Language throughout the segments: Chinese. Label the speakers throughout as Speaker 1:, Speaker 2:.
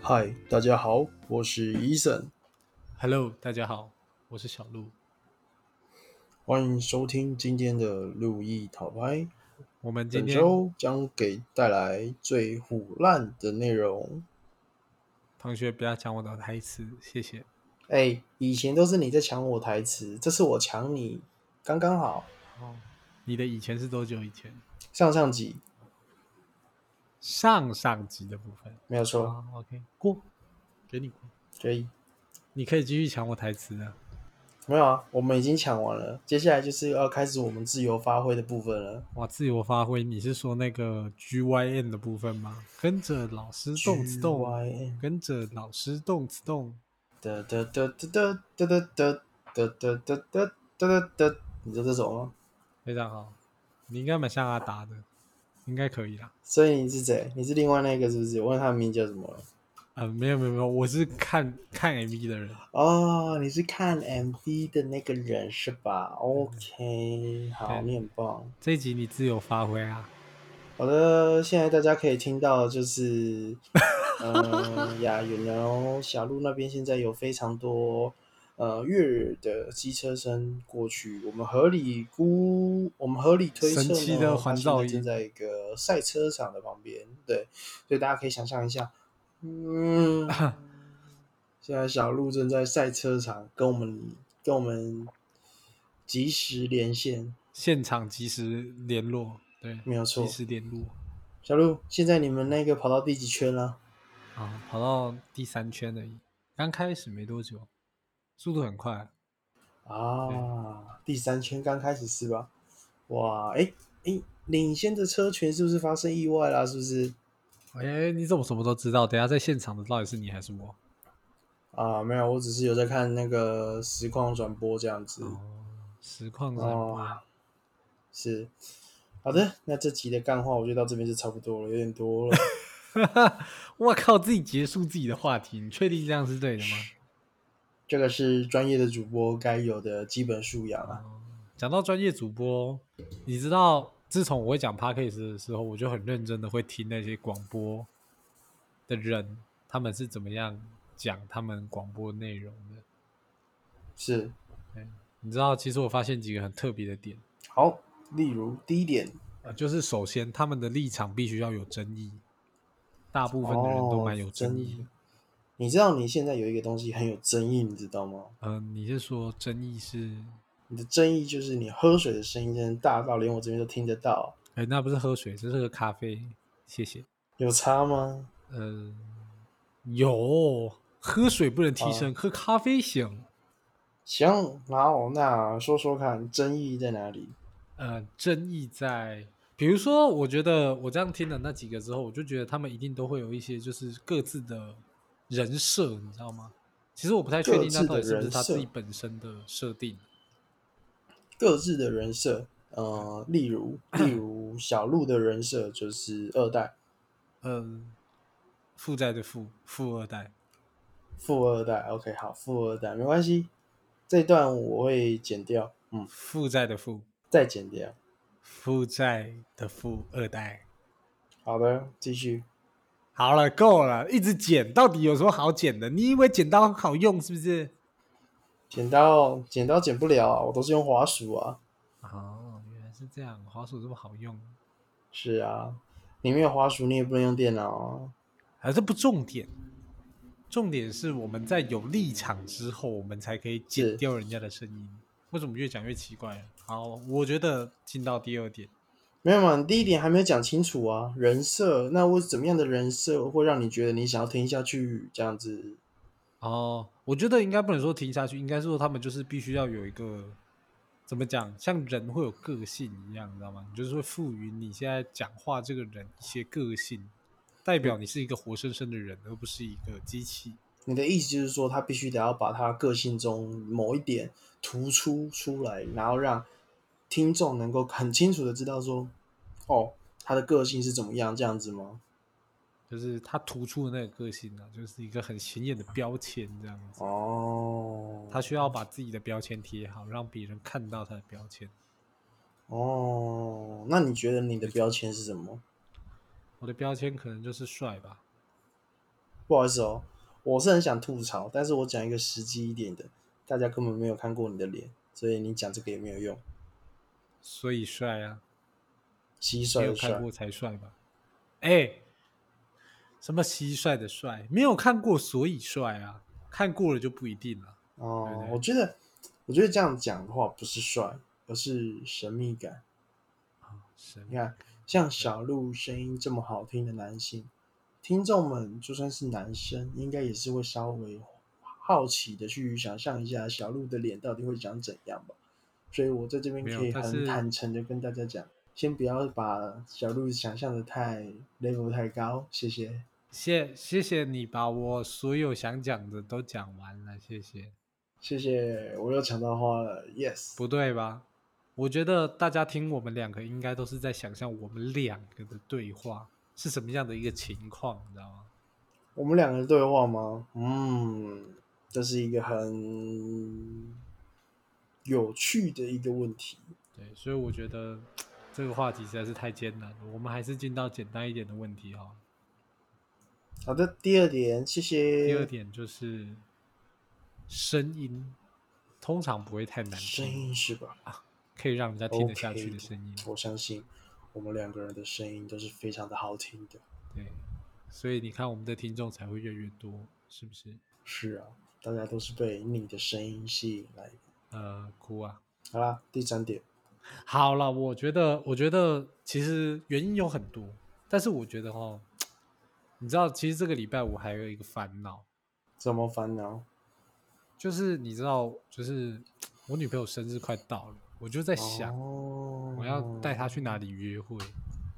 Speaker 1: 嗨，大家好，我是 Eason，
Speaker 2: Hello，大家好，我是小鹿。
Speaker 1: 欢迎收听今天的路易讨拍。
Speaker 2: 我们今
Speaker 1: 本
Speaker 2: 天
Speaker 1: 周将给带来最虎烂的内容。
Speaker 2: 同学不要抢我的台词，谢谢。
Speaker 1: 哎、以前都是你在抢我台词，这次我抢你，刚刚好。
Speaker 2: 哦，你的以前是多久以前？
Speaker 1: 上上集
Speaker 2: 上上集的部分。
Speaker 1: 没有错，
Speaker 2: 好，OK，过，给你过。
Speaker 1: 可以
Speaker 2: 你可以继续抢我台词的。
Speaker 1: 没有啊？我们已经抢完了，接下来就是要开始我们自由发挥的部分了。
Speaker 2: 哇，自由发挥，你是说那个 GYN 的部分吗？跟着老师动次动，
Speaker 1: GYN
Speaker 2: 跟着老师动次动。
Speaker 1: 哒哒哒哒哒哒哒哒哒哒哒哒哒哒，你知道这首吗？
Speaker 2: 非常好，你应该蛮像阿达的，应该可以啦。
Speaker 1: 所以你是谁？你是另外那个是不是？我问他名叫什么了？
Speaker 2: 啊、没有没有没有，我是看看 MV 的人。
Speaker 1: 哦，你是看 MV 的那个人是吧？OK，好，
Speaker 2: 对
Speaker 1: 你很棒。
Speaker 2: 这一集你自由发挥啊。
Speaker 1: 好的，现在大家可以听到，就是，嗯，呀，远然小路那边现在有非常多呃悦耳的机车声过去，我们合理估，我们合理推测
Speaker 2: 神奇
Speaker 1: 呢，
Speaker 2: 的
Speaker 1: 它
Speaker 2: 环
Speaker 1: 现
Speaker 2: 绕
Speaker 1: 在
Speaker 2: 音
Speaker 1: 正在一个赛车场的旁边，对，所以大家可以想象一下，嗯，现在小路正在赛车场跟我们跟我们及时连线，
Speaker 2: 现场及时联络，对，
Speaker 1: 没有错
Speaker 2: 及，时联络
Speaker 1: 小鹿，现在你们那个跑到第几圈了？
Speaker 2: 啊，跑到第三圈而已，刚开始没多久，速度很快，
Speaker 1: 啊，第三圈刚开始是吧？哇，哎、哎、领先的车群是不是发生意外啦？是不是？
Speaker 2: 哎，你怎么什么都知道？等一下在现场的到底是你还是我？
Speaker 1: 啊，没有，我只是有在看那个实况转播这样子。
Speaker 2: 哦，实况转播，
Speaker 1: 哦是，好的，那这集的干话我觉得到这边就差不多了，有点多 了。
Speaker 2: 我靠，自己结束自己的话题，你确定这样是对的吗？
Speaker 1: 这个是专业的主播该有的基本素养啊。
Speaker 2: 哦讲到专业主播，你知道，自从我会讲 podcast 的时候，我就很认真的会听那些广播的人，他们是怎么样讲他们广播内容的。
Speaker 1: 是，
Speaker 2: 你知道，其实我发现几个很特别的点
Speaker 1: 好，例如第一点，
Speaker 2: 啊，就是首先他们的立场必须要有争议，大部分的人都蛮有争议的
Speaker 1: 哦。你知道你现在有一个东西很有争议，你知道吗？
Speaker 2: 嗯、你是说争议是？
Speaker 1: 你的争议就是你喝水的声音真的大到连我这边都听得到，
Speaker 2: 哎，那不是喝水，这是喝咖啡。谢谢。
Speaker 1: 有差吗？
Speaker 2: 嗯、有喝水不能提神，喝咖啡行。
Speaker 1: 行，然后那说说看争议在哪里？
Speaker 2: 呃，争议在，比如说，我觉得我这样听了那几个之后，我就觉得他们一定都会有一些就是各自的人设，你知道吗？其实我不太确
Speaker 1: 各
Speaker 2: 定那
Speaker 1: 自
Speaker 2: 到
Speaker 1: 的
Speaker 2: 底是不是
Speaker 1: 人
Speaker 2: 他自
Speaker 1: 设
Speaker 2: 己本身的设定。
Speaker 1: 各自的人设，呃，例如例如小鹿的人设就是二代、
Speaker 2: 嗯，负债的负，富二代。
Speaker 1: 富二代，OK，好，富二代没关系，这段我会剪掉，嗯，
Speaker 2: 负债的负，
Speaker 1: 再剪掉。
Speaker 2: 负债的富二代。
Speaker 1: 好的，继续。
Speaker 2: 好了，够了，一直剪，到底有什么好剪的？你以为剪刀好用是不是？
Speaker 1: 剪刀剪刀剪不了啊，我都是用滑鼠啊。
Speaker 2: 哦，原来是这样，滑鼠这么好用，
Speaker 1: 是啊，你没有滑鼠，你也不能用电脑啊。
Speaker 2: 啊，这不重点，重点是我们在有立场之后，我们才可以
Speaker 1: 是
Speaker 2: 剪掉人家的声音。为什么越讲越奇怪了？好，我觉得进到第二点，
Speaker 1: 没有嘛？你第一点还没有讲清楚啊，人设。那我怎么样的人设会让你觉得你想要听下去？这样子
Speaker 2: 哦，我觉得应该不能说停下去，应该是说他们就是必须要有一个怎么讲，像人会有个性一样，你知道吗？你就是会赋予你现在讲话这个人一些个性，代表你是一个活生生的人，而不是一个机器。
Speaker 1: 你的意思就是说，他必须得要把他个性中某一点突出出来，然后让听众能够很清楚的知道说，哦，他的个性是怎么样，这样子吗？
Speaker 2: 就是他突出的那个个性啊，就是一个很显眼的标签这样子。
Speaker 1: 哦，
Speaker 2: 他需要把自己的标签贴好，让别人看到他的标签。
Speaker 1: 哦，那你觉得你的标签是什么？
Speaker 2: 我的标签可能就是帅吧，
Speaker 1: 不好意思哦，我是很想吐槽，但是我讲一个实际一点的，大家根本没有看过你的脸，所以你讲这个也没有用。
Speaker 2: 所以帅啊，
Speaker 1: 蟋
Speaker 2: 没
Speaker 1: 蟀
Speaker 2: 有
Speaker 1: 的
Speaker 2: 看
Speaker 1: 帅，
Speaker 2: 过才帅吧？哎、什么蟋蟀的帅？没有看过所以帅啊，看过了就不一定了。对
Speaker 1: 哦
Speaker 2: 对，对
Speaker 1: 我觉得，我觉得这样讲的话不是帅，而是神秘感。
Speaker 2: 神
Speaker 1: 你看，像小鹿声音这么好听的男性，听众们就算是男生，应该也是会稍微好奇的去想象一下小鹿的脸到底会长怎样吧。所以我在这边
Speaker 2: 没有
Speaker 1: 可以
Speaker 2: 但
Speaker 1: 很
Speaker 2: 是
Speaker 1: 坦诚的跟大家讲，先不要把小鹿想象的太 level 太高，谢谢。
Speaker 2: 谢谢谢你把我所有想讲的都讲完了，谢谢。
Speaker 1: 谢谢，我又抢到话了，yes。
Speaker 2: 不对吧？我觉得大家听我们两个应该都是在想象我们两个的对话是什么样的一个情况，你知道吗？
Speaker 1: 我们两个的对话吗？嗯，这是一个很有趣的一个问题。
Speaker 2: 对，所以我觉得这个话题实在是太艰难了，我们还是进到简单一点的问题哈。
Speaker 1: 好的，第二点，谢谢。
Speaker 2: 第二点就是声音，通常不会太难
Speaker 1: 声
Speaker 2: 听，
Speaker 1: 音是吧
Speaker 2: 可以让人家听得下去的
Speaker 1: OK
Speaker 2: 声音。
Speaker 1: 我相信我们两个人的声音都是非常的好听的。
Speaker 2: 对，所以你看我们的听众才会越来越多，是不是？
Speaker 1: 是啊，大家都是被你的声音吸引来的。
Speaker 2: 呃，哭啊！
Speaker 1: 好啦，第三点，
Speaker 2: 好了，我觉得，我觉得其实原因有很多，但是我觉得哈，你知道，其实这个礼拜我还有一个烦恼，
Speaker 1: 怎么烦恼？
Speaker 2: 就是你知道，就是我女朋友生日快到了，我就在想，
Speaker 1: 哦，
Speaker 2: 我要带她去哪里约会。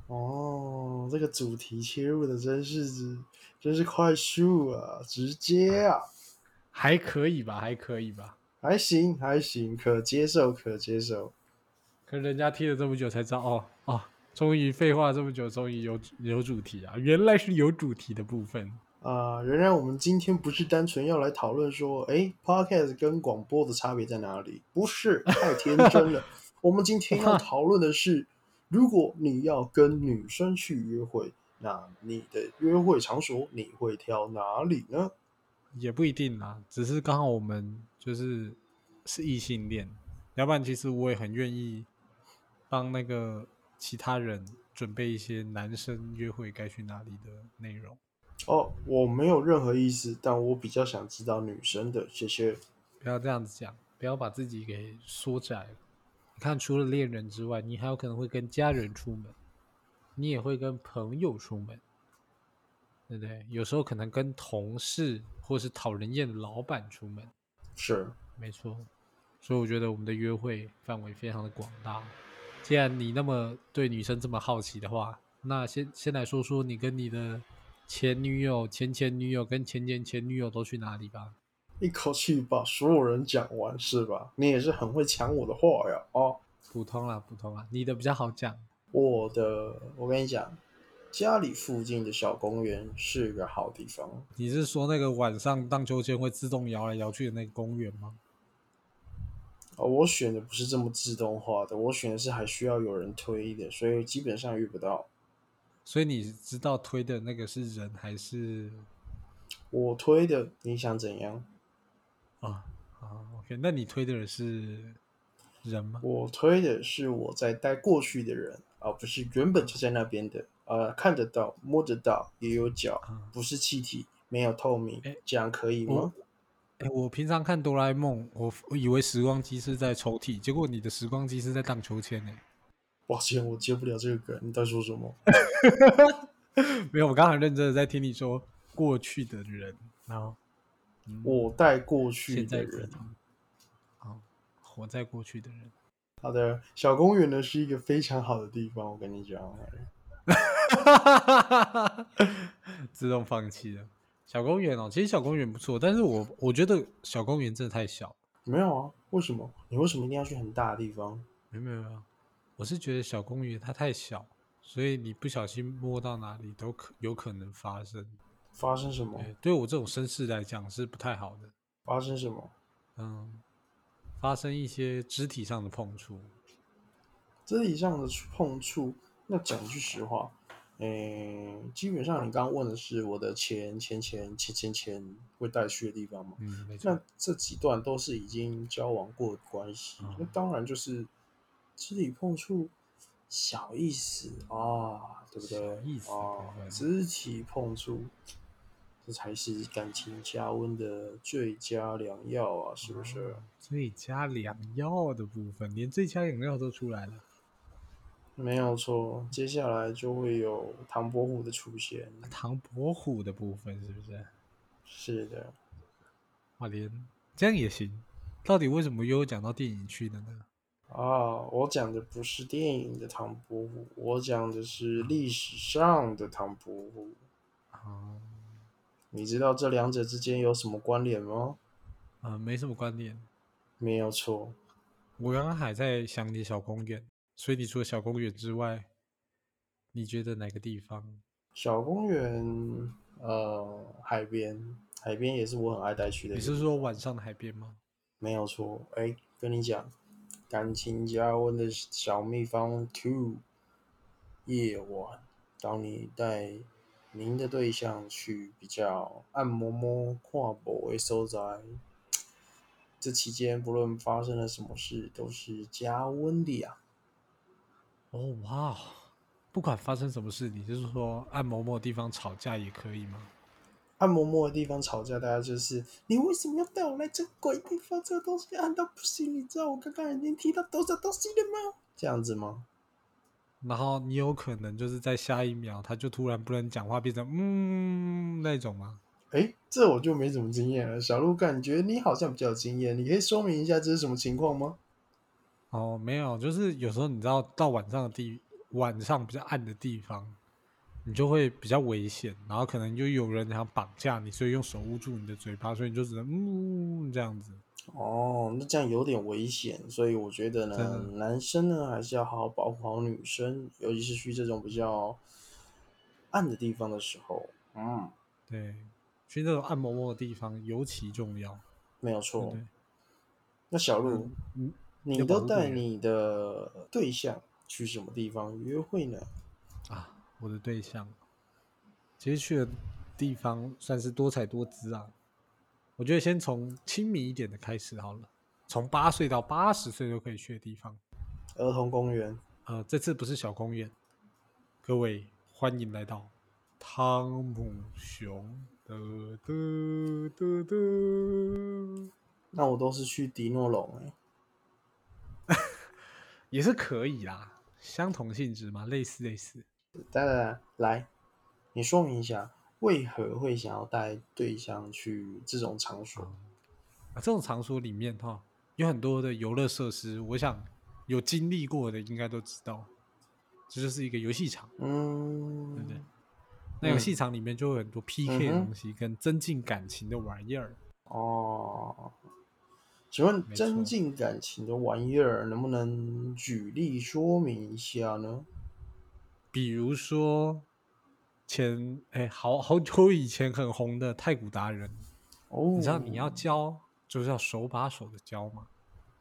Speaker 1: 哦，这个主题切入的真是真是快速啊，直接啊，
Speaker 2: 还可以吧，还可以吧。
Speaker 1: 还行还行，可接受可接受。
Speaker 2: 可是人家听了这么久才知道，哦哦，终于废话这么久，终于有有主题啊，原来是有主题的部分。
Speaker 1: 啊、原来我们今天不是单纯要来讨论说，哎，podcast 跟广播的差别在哪里？不是，太天真了。我们今天要讨论的是，如果你要跟女生去约会，那你的约会场所你会挑哪里呢？
Speaker 2: 也不一定啦，只是刚好我们就是是异性恋，要不然其实我也很愿意帮那个其他人准备一些男生约会该去哪里的内容。
Speaker 1: 哦，我没有任何意思，但我比较想知道女生的，谢谢。
Speaker 2: 不要这样子讲，不要把自己给缩窄了。你看，除了恋人之外，你还有可能会跟家人出门，你也会跟朋友出门，对不对？有时候可能跟同事或是讨人厌的老板出门。
Speaker 1: 是，
Speaker 2: 没错，所以我觉得我们的约会范围非常的广大。既然你那么对女生这么好奇的话，那先先来说说你跟你的前女友、前前女友跟前前前女友都去哪里吧。
Speaker 1: 一口气把所有人讲完是吧？你也是很会抢我的话呀，哦。
Speaker 2: 普通啦，普通啦，你的比较好讲。
Speaker 1: 我的，我跟你讲，家里附近的小公园是个好地方。
Speaker 2: 你是说那个晚上荡秋千会自动摇来摇去的那个公园吗？
Speaker 1: 哦，我选的不是这么自动化的，我选的是还需要有人推的，所以基本上遇不到。
Speaker 2: 所以你知道推的那个是人还是
Speaker 1: 我推的，你想怎样？
Speaker 2: 啊啊？OK，那你推的人是人吗？
Speaker 1: 我推的是我在带过去的人，而、不是原本就在那边的。呃，看得到，摸得到，也有脚，
Speaker 2: 啊，
Speaker 1: 不是气体，没有透明
Speaker 2: 哎，
Speaker 1: 这样可以
Speaker 2: 我
Speaker 1: 吗？
Speaker 2: 哎、我平常看哆啦 A 梦，我我以为时光机是在抽屉，结果你的时光机是在荡秋千呢、
Speaker 1: 抱歉，我接不了这个梗，你在说什么？
Speaker 2: 没有，我刚才认真的在听你说过去的人，然后、嗯、
Speaker 1: 我带过去
Speaker 2: 现
Speaker 1: 的
Speaker 2: 在
Speaker 1: 人，
Speaker 2: 啊，活在过去的人，
Speaker 1: 好的，小公园呢是一个非常好的地方，我跟你讲。
Speaker 2: 自动放弃了。小公园哦，其实小公园不错，但是我我觉得小公园真的太小了。
Speaker 1: 没有啊？为什么？你为什么一定要去很大的地方？
Speaker 2: 没有没有没有，我是觉得小公园它太小，所以你不小心摸到哪里都可有可能发生。
Speaker 1: 发生什么？
Speaker 2: 对，对我这种绅士来讲是不太好的。
Speaker 1: 发生什么？
Speaker 2: 嗯，发生一些肢体上的碰触，
Speaker 1: 肢体上的碰触，那讲句实话，诶，基本上你刚刚问的是我的前前前前前前会带去的地方嘛？
Speaker 2: 嗯，没错
Speaker 1: 那，这几段都是已经交往过的关系，
Speaker 2: 哦
Speaker 1: 那当然就是肢体碰触小意思啊，对不对？
Speaker 2: 小意思
Speaker 1: 啊
Speaker 2: 对，对
Speaker 1: 肢体碰触，这才是感情加温的最佳良药啊，是不是？
Speaker 2: 哦最佳良药的部分，连最佳良药都出来了。
Speaker 1: 没有错，接下来就会有唐伯虎的出现。
Speaker 2: 唐伯虎的部分是不是？
Speaker 1: 是的，
Speaker 2: 哇，连这样也行？到底为什么又讲到电影去了呢？
Speaker 1: 啊，我讲的不是电影的唐伯虎，我讲的是历史上的唐伯虎。
Speaker 2: 啊，
Speaker 1: 你知道这两者之间有什么关联吗？
Speaker 2: 呃，没什么观点。
Speaker 1: 没有错，
Speaker 2: 我刚刚还在想你小公园，所以你除了小公园之外，你觉得哪个地方？
Speaker 1: 小公园，呃，海边，海边也是我很爱带去的一
Speaker 2: 你
Speaker 1: 个。
Speaker 2: 是说晚上的海边吗？
Speaker 1: 没有错，哎，跟你讲，感情加温的小秘方 two，夜晚，当你带您的对象去比较按摩摸跨步的所在，这期间不论发生了什么事，都是加温的呀、
Speaker 2: 哦，哇哦，不管发生什么事，你就是说按某某地方吵架也可以吗？
Speaker 1: 按摩摸的地方吵架，大家就是你为什么要带我来这个鬼地方？这个东西按到不行，你知道我刚刚已经提到多少东西了吗？这样子吗？
Speaker 2: 然后你有可能就是在下一秒，他就突然不能讲话，变成嗯那种吗？
Speaker 1: 哎，这我就没什么经验了。小鹿，感觉你好像比较有经验，你可以说明一下这是什么情况吗？
Speaker 2: 哦，没有，就是有时候你知道到晚上的地，晚上比较暗的地方，你就会比较危险，然后可能就有人想绑架你，所以用手捂住你的嘴巴，所以你就只能嗯这样子。
Speaker 1: 哦，那这样有点危险，所以我觉得
Speaker 2: 真
Speaker 1: 呢
Speaker 2: 的，
Speaker 1: 男生呢还是要好好保护好女生，尤其是去这种比较暗的地方的时候。嗯，
Speaker 2: 对，去那种按摩摩的地方尤其重要，
Speaker 1: 没有
Speaker 2: 对
Speaker 1: 错
Speaker 2: 不。对？
Speaker 1: 那小鹿，
Speaker 2: 嗯，
Speaker 1: 你
Speaker 2: 要保
Speaker 1: 都
Speaker 2: 护
Speaker 1: 带
Speaker 2: 别人
Speaker 1: 你的对象去什么地方约会呢？
Speaker 2: 啊，我的对象，其实去的地方算是多彩多姿啊。我觉得先从亲密一点的开始好了，从八岁到八十岁都可以去的地方。
Speaker 1: 儿童公园。
Speaker 2: 呃，这次不是小公园，各位欢迎来到汤姆熊的的的的，
Speaker 1: 那我都是去迪诺龙、欸，
Speaker 2: 也是可以啦，相同性质嘛，类似类似。
Speaker 1: 当然，来，你说明一下为何会想要带对象去这种场所？
Speaker 2: 啊，这种场所里面哈，有很多的游乐设施，我想有经历过的应该都知道，这就是一个游戏场，对不对
Speaker 1: 嗯，？
Speaker 2: 那游
Speaker 1: 嗯
Speaker 2: 戏场里面就会有很多 PK
Speaker 1: 嗯
Speaker 2: 的
Speaker 1: 哼
Speaker 2: 东西，跟增进感情的玩意儿。
Speaker 1: 哦，请问
Speaker 2: 没
Speaker 1: 增
Speaker 2: 错
Speaker 1: 进感情的玩意儿能不能举例说明一下呢？
Speaker 2: 比如说前哎，好好久以前很红的太古达人，
Speaker 1: 哦，
Speaker 2: 你知道你要教就是要手把手的教嘛，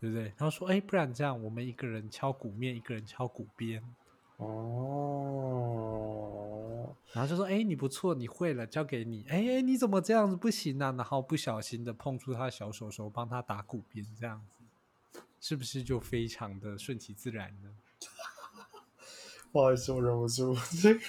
Speaker 2: 对不对？他说哎，不然这样，我们一个人敲鼓面，一个人敲鼓边，
Speaker 1: 哦，
Speaker 2: 然后就说：“哎，你不错，你会了，交给你。哎，你怎么这样子不行啊？”然后不小心的碰触他的小手手，帮他打鼓边，这样子，是不是就非常的顺其自然呢？
Speaker 1: 不好意思，我忍不住，这个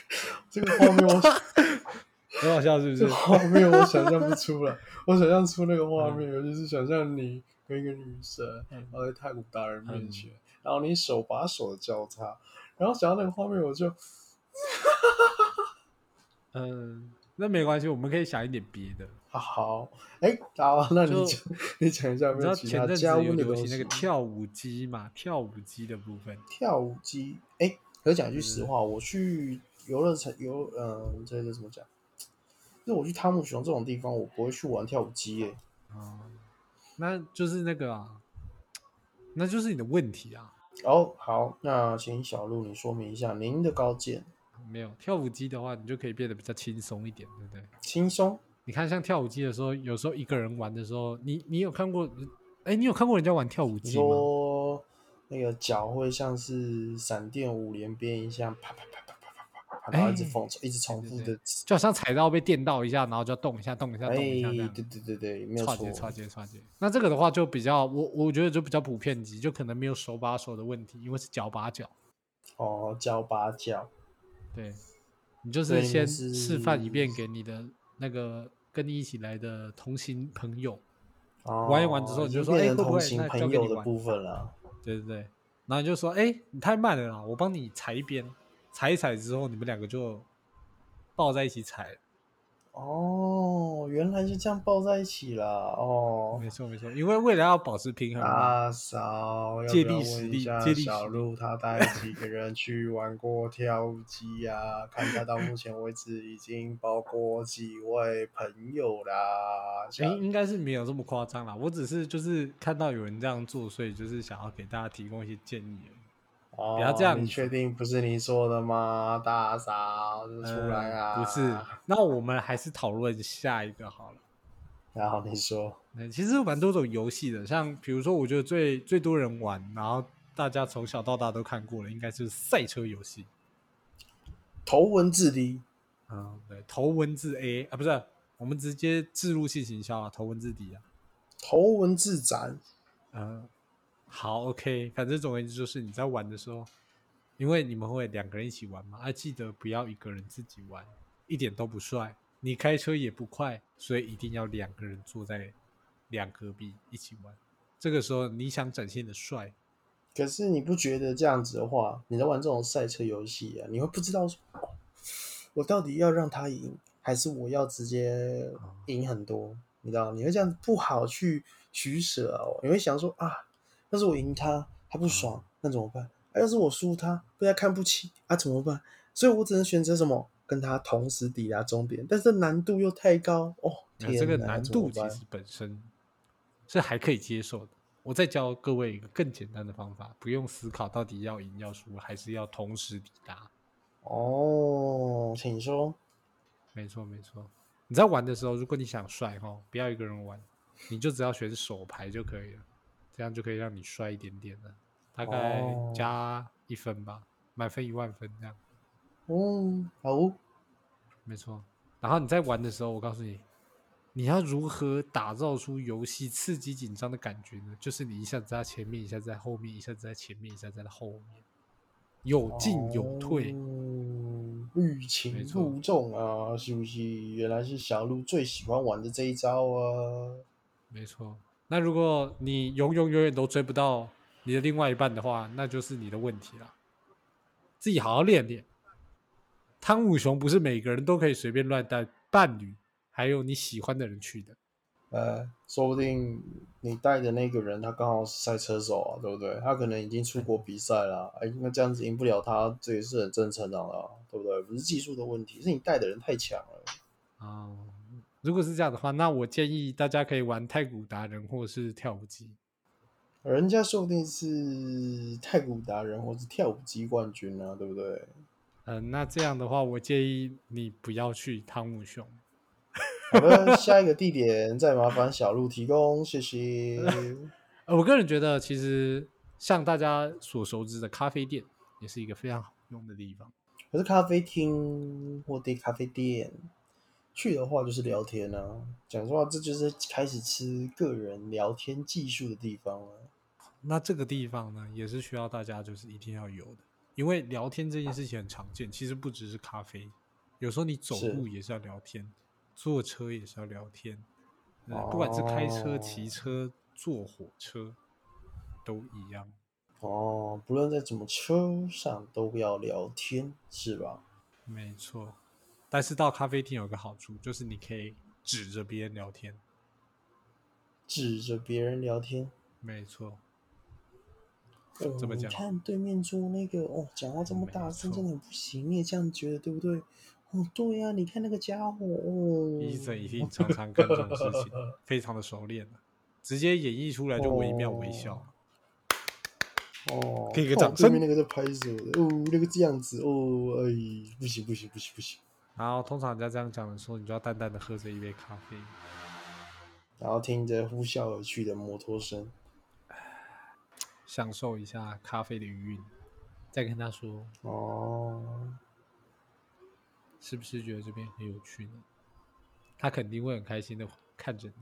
Speaker 1: 这个画面我
Speaker 2: 很好笑，是不
Speaker 1: 这
Speaker 2: 是
Speaker 1: 个？画面我想象不出来，我想象出那个画面，尤其是想象你跟一个女生，
Speaker 2: 嗯
Speaker 1: 然后在泰国达人面前，然后你手把手的交叉，然后想到那个画面，我就
Speaker 2: 嗯，那没关系，我们可以想一点别的。
Speaker 1: 好啊好，哎，好，那你
Speaker 2: 就
Speaker 1: 讲，你讲一下有
Speaker 2: 你
Speaker 1: 没有
Speaker 2: 知道
Speaker 1: 其
Speaker 2: 前
Speaker 1: 他
Speaker 2: 阵子
Speaker 1: 加
Speaker 2: 有
Speaker 1: 温的
Speaker 2: 流
Speaker 1: 东
Speaker 2: 行那
Speaker 1: 西哦
Speaker 2: 个？跳舞机嘛，跳舞机的部分，
Speaker 1: 跳舞机，哎，可是讲句
Speaker 2: 嗯
Speaker 1: 实话，我去游乐场游，嗯，这个怎么讲？就我去汤姆熊这种地方，我不会去玩跳舞机耶。
Speaker 2: 哦，那就是那个啊，那就是你的问题啊。
Speaker 1: 哦，好，那请小鹿你说明一下您的高见，
Speaker 2: 没有跳舞机的话，你就可以变得比较轻松一点，对不对？
Speaker 1: 轻松。
Speaker 2: 你看，像跳舞机的时候，有时候一个人玩的时候，你你有看过？哎，你有看过人家玩跳舞
Speaker 1: 你
Speaker 2: 机吗？
Speaker 1: 说那个脚会像是闪电五连鞭一样，啪啪啪啪啪啪啪啪啪然后一直
Speaker 2: 哎
Speaker 1: 缝，一直重
Speaker 2: 对
Speaker 1: 复
Speaker 2: 对
Speaker 1: 的。
Speaker 2: 就好像踩到被电到一下，然后就要动一下，动一下，
Speaker 1: 哎，
Speaker 2: 动一下这
Speaker 1: 对
Speaker 2: 样。
Speaker 1: 对对对，没有
Speaker 2: 串
Speaker 1: 错
Speaker 2: 接，。串接，串接。那这个的话就比较，我我觉得就比较普遍级，就可能没有手把手的问题，因为是脚把脚。
Speaker 1: 哦，教八教，
Speaker 2: 对，你就
Speaker 1: 对
Speaker 2: 是
Speaker 1: 你
Speaker 2: 先
Speaker 1: 是
Speaker 2: 示范一遍给你的那个跟你一起来的同行朋友，
Speaker 1: 哦，
Speaker 2: 玩一玩之后
Speaker 1: 已
Speaker 2: 你就
Speaker 1: 经
Speaker 2: 说
Speaker 1: 变
Speaker 2: 哎
Speaker 1: 成
Speaker 2: 会不
Speaker 1: 同
Speaker 2: 会
Speaker 1: 行
Speaker 2: 那交
Speaker 1: 朋
Speaker 2: 给
Speaker 1: 友
Speaker 2: 你
Speaker 1: 的
Speaker 2: 玩
Speaker 1: 部分了。
Speaker 2: 对对对，然后你就说，哎，你太慢了啦，我帮你踩一边，踩一踩之后，你们两个就抱在一起踩了。
Speaker 1: 哦，原来就这样抱在一起了哦。
Speaker 2: 没错没错，因为为了要保持平衡嘛，
Speaker 1: 大嫂，要
Speaker 2: 嗯借
Speaker 1: 不要
Speaker 2: 力使
Speaker 1: 问一
Speaker 2: 力
Speaker 1: 下
Speaker 2: 借力
Speaker 1: 小
Speaker 2: 使力
Speaker 1: 鹿他带几个人去玩过跳机啊？看他到目前为止已经包括几位朋友啦。
Speaker 2: 哎、
Speaker 1: 想
Speaker 2: 应该是没有这么夸张啦，我只是就是看到有人这样做，所以就是想要给大家提供一些建议而已。
Speaker 1: 哦，
Speaker 2: 不要这样
Speaker 1: 你
Speaker 2: 子
Speaker 1: 确定不是你说的吗？大嫂，出来啊！
Speaker 2: 呃不是，那我们还是讨论下一个好了。
Speaker 1: 然后你说，
Speaker 2: 嗯，其实有蛮多种游戏的，像比如说，我觉得最最多人玩，然后大家从小到大都看过了，应该就是赛车游戏。
Speaker 1: 头文字 D
Speaker 2: 嗯，对，投文字 A 啊，不是，我们直接置入性行销啊，投文字 D 啊。
Speaker 1: 头文字展，
Speaker 2: 嗯，好，OK，反正总而言之就是你在玩的时候，因为你们会两个人一起玩嘛，啊，记得不要一个人自己玩，一点都不帅，你开车也不快，所以一定要两个人坐在两隔壁一起玩。这个时候你想展现的帅，
Speaker 1: 可是你不觉得这样子的话，你在玩这种赛车游戏啊，你会不知道说，哦我到底要让他赢，还是我要直接赢很多？你知道，你会这样子不好去取舍哦。你会想说啊，要是我赢他，他不爽，那怎么办？啊、要是我输他，被他看不起，啊怎么办？所以我只能选择什么，跟他同时抵达终点，但是难度又太高哦。
Speaker 2: 那
Speaker 1: 天哪，
Speaker 2: 这个难
Speaker 1: 怎么
Speaker 2: 度其
Speaker 1: 办
Speaker 2: 实本身是还可以接受的。我再教各位一个更简单的方法，不用思考到底要赢要输，还是要同时抵达。
Speaker 1: 哦，请说。
Speaker 2: 没错，没错。你在玩的时候，如果你想帅哦，不要一个人玩，你就只要选手牌就可以了，这样就可以让你帅一点点了，大概
Speaker 1: 哦
Speaker 2: 加一分吧，满分一万分这样。
Speaker 1: 嗯，好哦。
Speaker 2: 没错。然后你在玩的时候，我告诉你，你要如何打造出游戏刺激紧张的感觉呢？就是你一下子在前面，一下子在后面，一下子在前面，一下子在后面，有进有退。
Speaker 1: 哦欲
Speaker 2: 没
Speaker 1: 擒
Speaker 2: 错
Speaker 1: 故纵啊，是不是？原来是小鹿最喜欢玩的这一招啊！
Speaker 2: 没错。那如果你永永远远都追不到你的另外一半的话，那就是你的问题啦。自己好好练练。汤姆熊不是每个人都可以随便乱带伴侣，还有你喜欢的人去的。
Speaker 1: 呃，说不定你带的那个人他刚好是赛车手啊，对不对？他可能已经出国比赛啦，哎、那这样子赢不了他，这也是很正常的、啊，对不对？不是技术的问题，是你带的人太强了。
Speaker 2: 哦，如果是这样的话，那我建议大家可以玩太古达人或是跳舞机。
Speaker 1: 人家说不定是太古达人或是跳舞机冠军啊，对不对？
Speaker 2: 嗯、那这样的话，我建议你不要去汤姆熊。
Speaker 1: 好 的，下一个地点再麻烦小鹿提供，谢谢。
Speaker 2: 呃，我个人觉得，其实像大家所熟知的咖啡店，也是一个非常好用的地方。
Speaker 1: 可是咖啡厅或对咖啡店去的话，就是聊天啊。讲实话，这就是开始吃个人聊天技术的地方了、啊
Speaker 2: 那这个地方呢，也是需要大家就是一定要有的，因为聊天这件事情很常见。其实不只是咖啡，有时候你走
Speaker 1: 是
Speaker 2: 路也是要聊天，坐车也是要聊天，呃，不管是开车、骑
Speaker 1: 哦
Speaker 2: 车、坐火车，都一样。
Speaker 1: 哦，不论在什么车上都要聊天，是吧？
Speaker 2: 没错，但是到咖啡厅有个好处，就是你可以指着别人聊天。
Speaker 1: 指着别人聊天，
Speaker 2: 没错，
Speaker 1: 哦，
Speaker 2: 怎么讲
Speaker 1: 你看对面桌那个，哦，讲话这么大声，
Speaker 2: 没错
Speaker 1: 真的很不行。你也这样觉得对不对？哦，对呀、你看那个家伙，哦，
Speaker 2: 医生一定常常干这种事情，非常的熟练了，直接演绎出来就惟妙惟肖
Speaker 1: 哦
Speaker 2: 了。
Speaker 1: 哦，
Speaker 2: 给一个
Speaker 1: 看
Speaker 2: 掌
Speaker 1: 我对
Speaker 2: 声
Speaker 1: 面那个在拍手的，哦，那个这样子，哦，哎，不行不行不行不行。
Speaker 2: 然后通常人家这样讲的时候，你就要淡淡的喝着一杯咖啡。
Speaker 1: 然后听着呼啸而去的摩托声，
Speaker 2: 享受一下咖啡的余韵，再跟他说
Speaker 1: 哦，
Speaker 2: 是不是觉得这边很有趣呢？他肯定会很开心的看着你，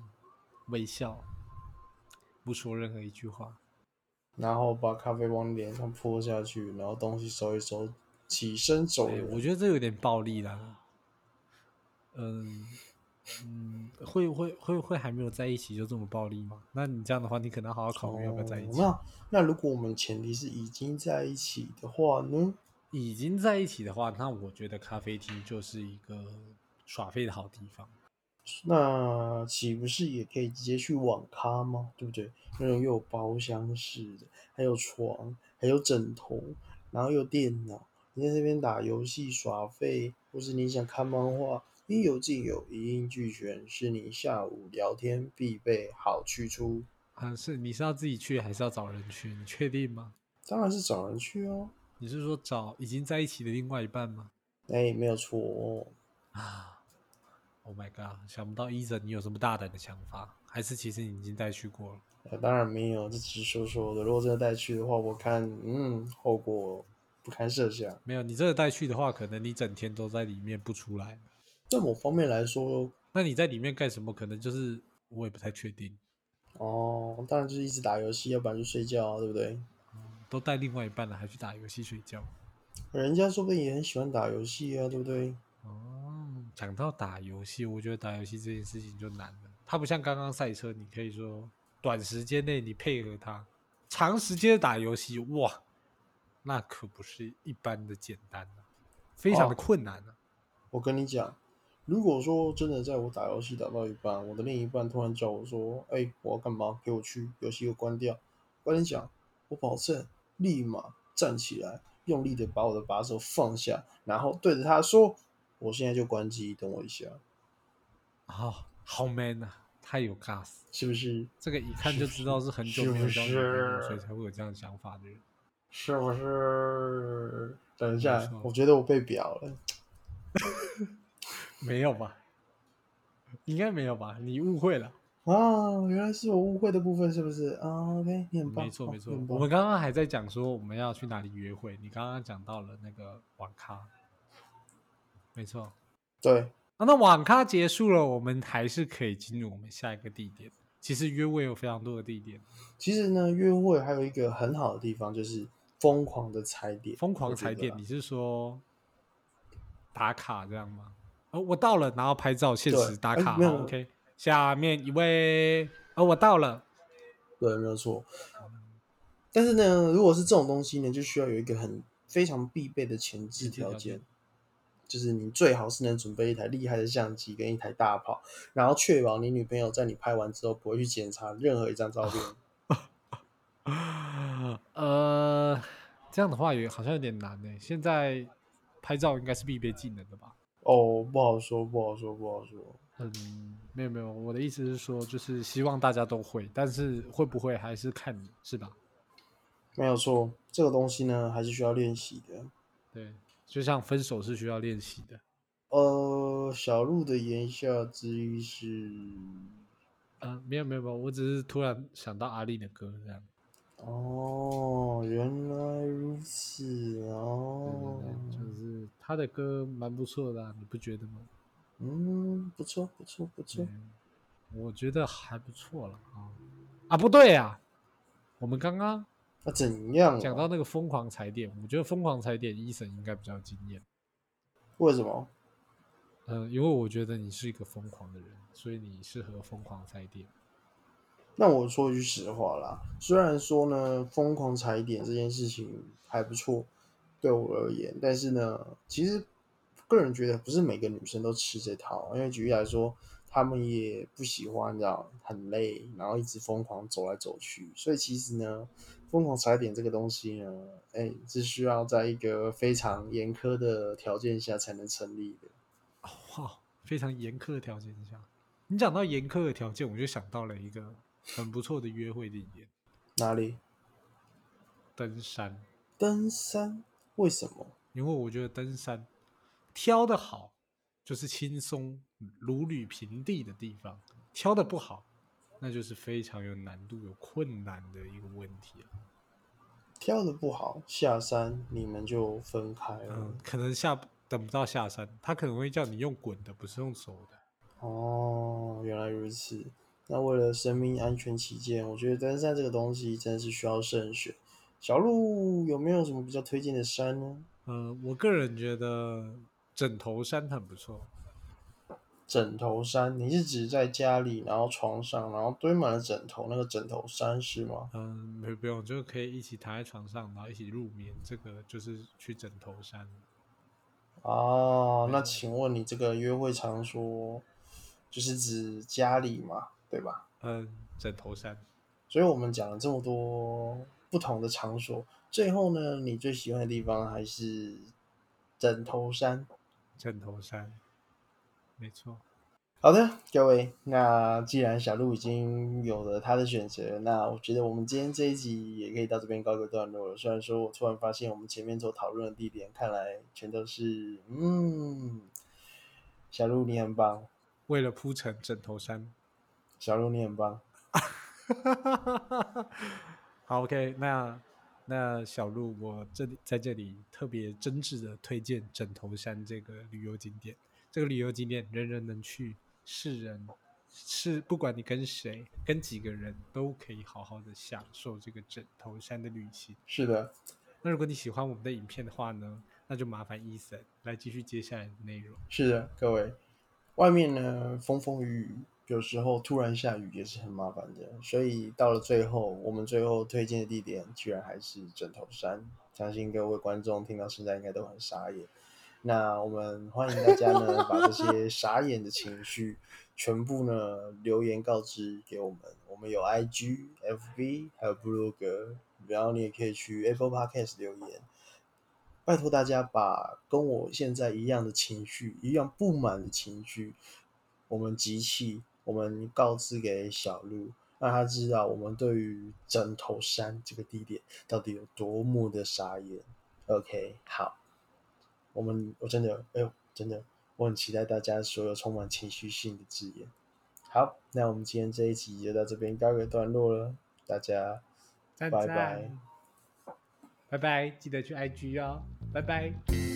Speaker 2: 微笑，不说任何一句话。
Speaker 1: 然后把咖啡往脸上泼下去，然后东西收一收，起身走
Speaker 2: 对，
Speaker 1: 人。
Speaker 2: 哎我觉得这有点暴力啦。嗯嗯，会会会会还没有在一起就这么暴力吗？那你这样的话，你可能好好考虑要不要在一
Speaker 1: 哦
Speaker 2: 起。
Speaker 1: 那那如果我们前提是已经在一起的话呢？
Speaker 2: 已经在一起的话，那我觉得咖啡厅就是一个耍废的好地方。
Speaker 1: 那岂不是也可以直接去网咖吗？对不对？那种又有包厢式的，还有床，还有枕头，然后又有电脑，你在这边打游戏耍废，或是你想看漫画，应有尽有，一应俱全，是你下午聊天必备好去处。
Speaker 2: 啊，是你是要自己去还是要找人去？你确定吗？
Speaker 1: 当然是找人去哦。
Speaker 2: 你是说找已经在一起的另外一半吗？
Speaker 1: 哎，没有错哦。
Speaker 2: 啊，Oh my god！想不到伊泽你有什么大胆的想法，还是其实你已经带去过了？
Speaker 1: 呃当然没有，这只是说说的。如果真的带去的话，我看嗯，后果不堪设想。
Speaker 2: 没有，你这个带去的话，可能你整天都在里面不出来。
Speaker 1: 在某方面来说，
Speaker 2: 那你在里面干什么？可能就是我也不太确定。
Speaker 1: 哦，当然就是一直打游戏，要不然就睡觉啊，对不对？
Speaker 2: 嗯都带另外一半了，还去打游戏睡觉。
Speaker 1: 人家说不定也很喜欢打游戏啊，对不对？
Speaker 2: 哦，讲到打游戏，我觉得打游戏这件事情就难了。它不像刚刚赛车，你可以说短时间内你配合它，长时间地打游戏，哇，那可不是一般的简单啊，非常
Speaker 1: 哦
Speaker 2: 的困难啊。
Speaker 1: 我跟你讲，如果说真的在我打游戏打到一半，我的另一半突然叫我说：“哎、我要干嘛？给我去，游戏又关掉。”我跟你讲，我保证立马站起来，用力的把我的把手放下，然后对着他说：“我现在就关机，等我一下。”
Speaker 2: 哦，好 man 啊，太有 gas。
Speaker 1: 是不是？
Speaker 2: 这个一看就知道是很久
Speaker 1: 是
Speaker 2: 没有
Speaker 1: 不
Speaker 2: 交女朋友，
Speaker 1: 是
Speaker 2: 所以才会有这样的想法的人。
Speaker 1: 是不是？等一
Speaker 2: 没
Speaker 1: 下
Speaker 2: 错，
Speaker 1: 我觉得我被表了。
Speaker 2: 没有吧？应该没有吧？你误会了。
Speaker 1: 啊，原来是我误会的部分，是不是？啊，OK，你很棒，
Speaker 2: 没错
Speaker 1: 哦
Speaker 2: 没错，
Speaker 1: 你很
Speaker 2: 我
Speaker 1: 棒
Speaker 2: 们刚刚还在讲说我们要去哪里约会，你刚刚讲到了那个网咖，没错。
Speaker 1: 对，
Speaker 2: 啊，那网咖结束了，我们还是可以进入我们下一个地点。其实约会有非常多的地点，
Speaker 1: 其实呢，约会还有一个很好的地方，就是疯狂的踩点。
Speaker 2: 疯狂
Speaker 1: 我觉
Speaker 2: 踩
Speaker 1: 得啊
Speaker 2: 点，
Speaker 1: 啦
Speaker 2: 你是说打卡这样吗？哦，我到了，然后拍照现
Speaker 1: 对
Speaker 2: 实打
Speaker 1: 哎
Speaker 2: 卡，
Speaker 1: 没
Speaker 2: 好
Speaker 1: 有
Speaker 2: ，OK。下面一位，哦，我到了，
Speaker 1: 对，没有错。但是呢，如果是这种东西呢，就需要有一个很非常必备的前置
Speaker 2: 前置
Speaker 1: 条
Speaker 2: 条
Speaker 1: 件
Speaker 2: 件，
Speaker 1: 就是你最好是能准备一台厉害的相机跟一台大炮，然后确保你女朋友在你拍完之后不会去检查任何一张 照片。
Speaker 2: 呃，这样的话也好像有点难呢。现在拍照应该是必备技能的吧？
Speaker 1: 哦，不好说，不好说，不好说。
Speaker 2: 嗯，没有没有，我的意思是说，就是希望大家都会，但是会不会还是看你是吧？
Speaker 1: 没有错，这个东西呢还是需要练习的。
Speaker 2: 对，就像分手是需要练习的。
Speaker 1: 呃，小鹿的言下之意是，
Speaker 2: 嗯、没有没有没有，我只是突然想到阿丽的歌这样。
Speaker 1: 哦，原来如此
Speaker 2: 对
Speaker 1: 哦，
Speaker 2: 对对，就是她的歌蛮不错的、啊，你不觉得吗？
Speaker 1: 嗯，不错，不错，不错
Speaker 2: 对。，我觉得还不错了啊。啊，不对呀、我们刚刚
Speaker 1: 那、怎样、啊
Speaker 2: 讲到那个疯狂踩点，我觉得疯狂踩点医生应该比较有经验。
Speaker 1: 为什么？
Speaker 2: 嗯，因为我觉得你是一个疯狂的人，所以你适合疯狂踩点。
Speaker 1: 那我说一句实话啦，虽然说呢，疯狂踩点这件事情还不错，对我而言，但是呢，其实个人觉得不是每个女生都吃这套，啊因为举例来说，她们也不喜欢，你知道，很累，然后一直疯狂走来走去，所以其实呢，疯狂踩点这个东西呢，哎，是需要在一个非常严苛的条件下才能成立的。
Speaker 2: 哦哇，非常严苛的条件下，你讲到严苛的条件，我就想到了一个很不错的约会地点
Speaker 1: 哪里？
Speaker 2: ——登山。
Speaker 1: 登山？为什么？
Speaker 2: 因为我觉得登山挑的好，就是轻松如履平地的地方；挑的不好，那就是非常有难度、有困难的一个问题了。
Speaker 1: 挑的不好，下山你们就分开了。
Speaker 2: 嗯，可能下等不到下山，他可能会叫你用滚的，不是用走的。
Speaker 1: 哦，原来如此。那为了生命安全起见，我觉得登山这个东西真的是需要慎选。小鹿有没有什么比较推荐的山呢？
Speaker 2: 呃，我个人觉得枕头山很不错，
Speaker 1: 枕头山，你是指在家里，然后床上，然后堆满了枕头，那个枕头山是吗？
Speaker 2: 嗯、没不用，就可以一起躺在床上，然后一起入眠，这个就是去枕头山。
Speaker 1: 哦，那请问你这个约会常说，就是指家里嘛，对吧？
Speaker 2: 嗯、枕头山，
Speaker 1: 所以我们讲了这么多不同的场所，最后呢，你最喜欢的地方还是枕头山。
Speaker 2: 枕头山，没错。
Speaker 1: 好的，各位，那既然小鹿已经有了他的选择，那我觉得我们今天这一集也可以到这边告一个段落了。虽然说我突然发现我们前面所讨论的地点，看来全都是嗯，小鹿你很棒，
Speaker 2: 为了铺成枕头山。
Speaker 1: 小鹿你很棒，
Speaker 2: 好，OK，那那小鹿，我这里在这里特别真挚的推荐枕头山这个旅游景点。这个旅游景点人人能去，是人是不管你跟谁、跟几个人都可以好好的享受这个枕头山的旅行。
Speaker 1: 是的，
Speaker 2: 那如果你喜欢我们的影片的话呢，那就麻烦伊森来继续接下来的内容。
Speaker 1: 是的，各位，外面呢风风雨雨，有时候突然下雨也是很麻烦的，所以到了最后，我们最后推荐的地点居然还是枕头山，相信各位观众听到现在应该都很傻眼。那我们欢迎大家呢，把这些傻眼的情绪全部呢留言告知给我们，我们有 IG、FB 还有部落格，然后你也可以去 Apple Podcast 留言。拜托大家把跟我现在一样的情绪、一样不满的情绪，我们集气，我们告知给小鹿，让他知道我们对于枕头山这个地点到底有多么的傻眼。OK，好，我们我真的，哎呦，真的，我很期待大家所有充满情绪性的字眼。好，那我们今天这一集就到这边告一个段落了，大家
Speaker 2: 赞
Speaker 1: 拜拜
Speaker 2: 赞，拜拜，记得去 IG 哦，拜拜。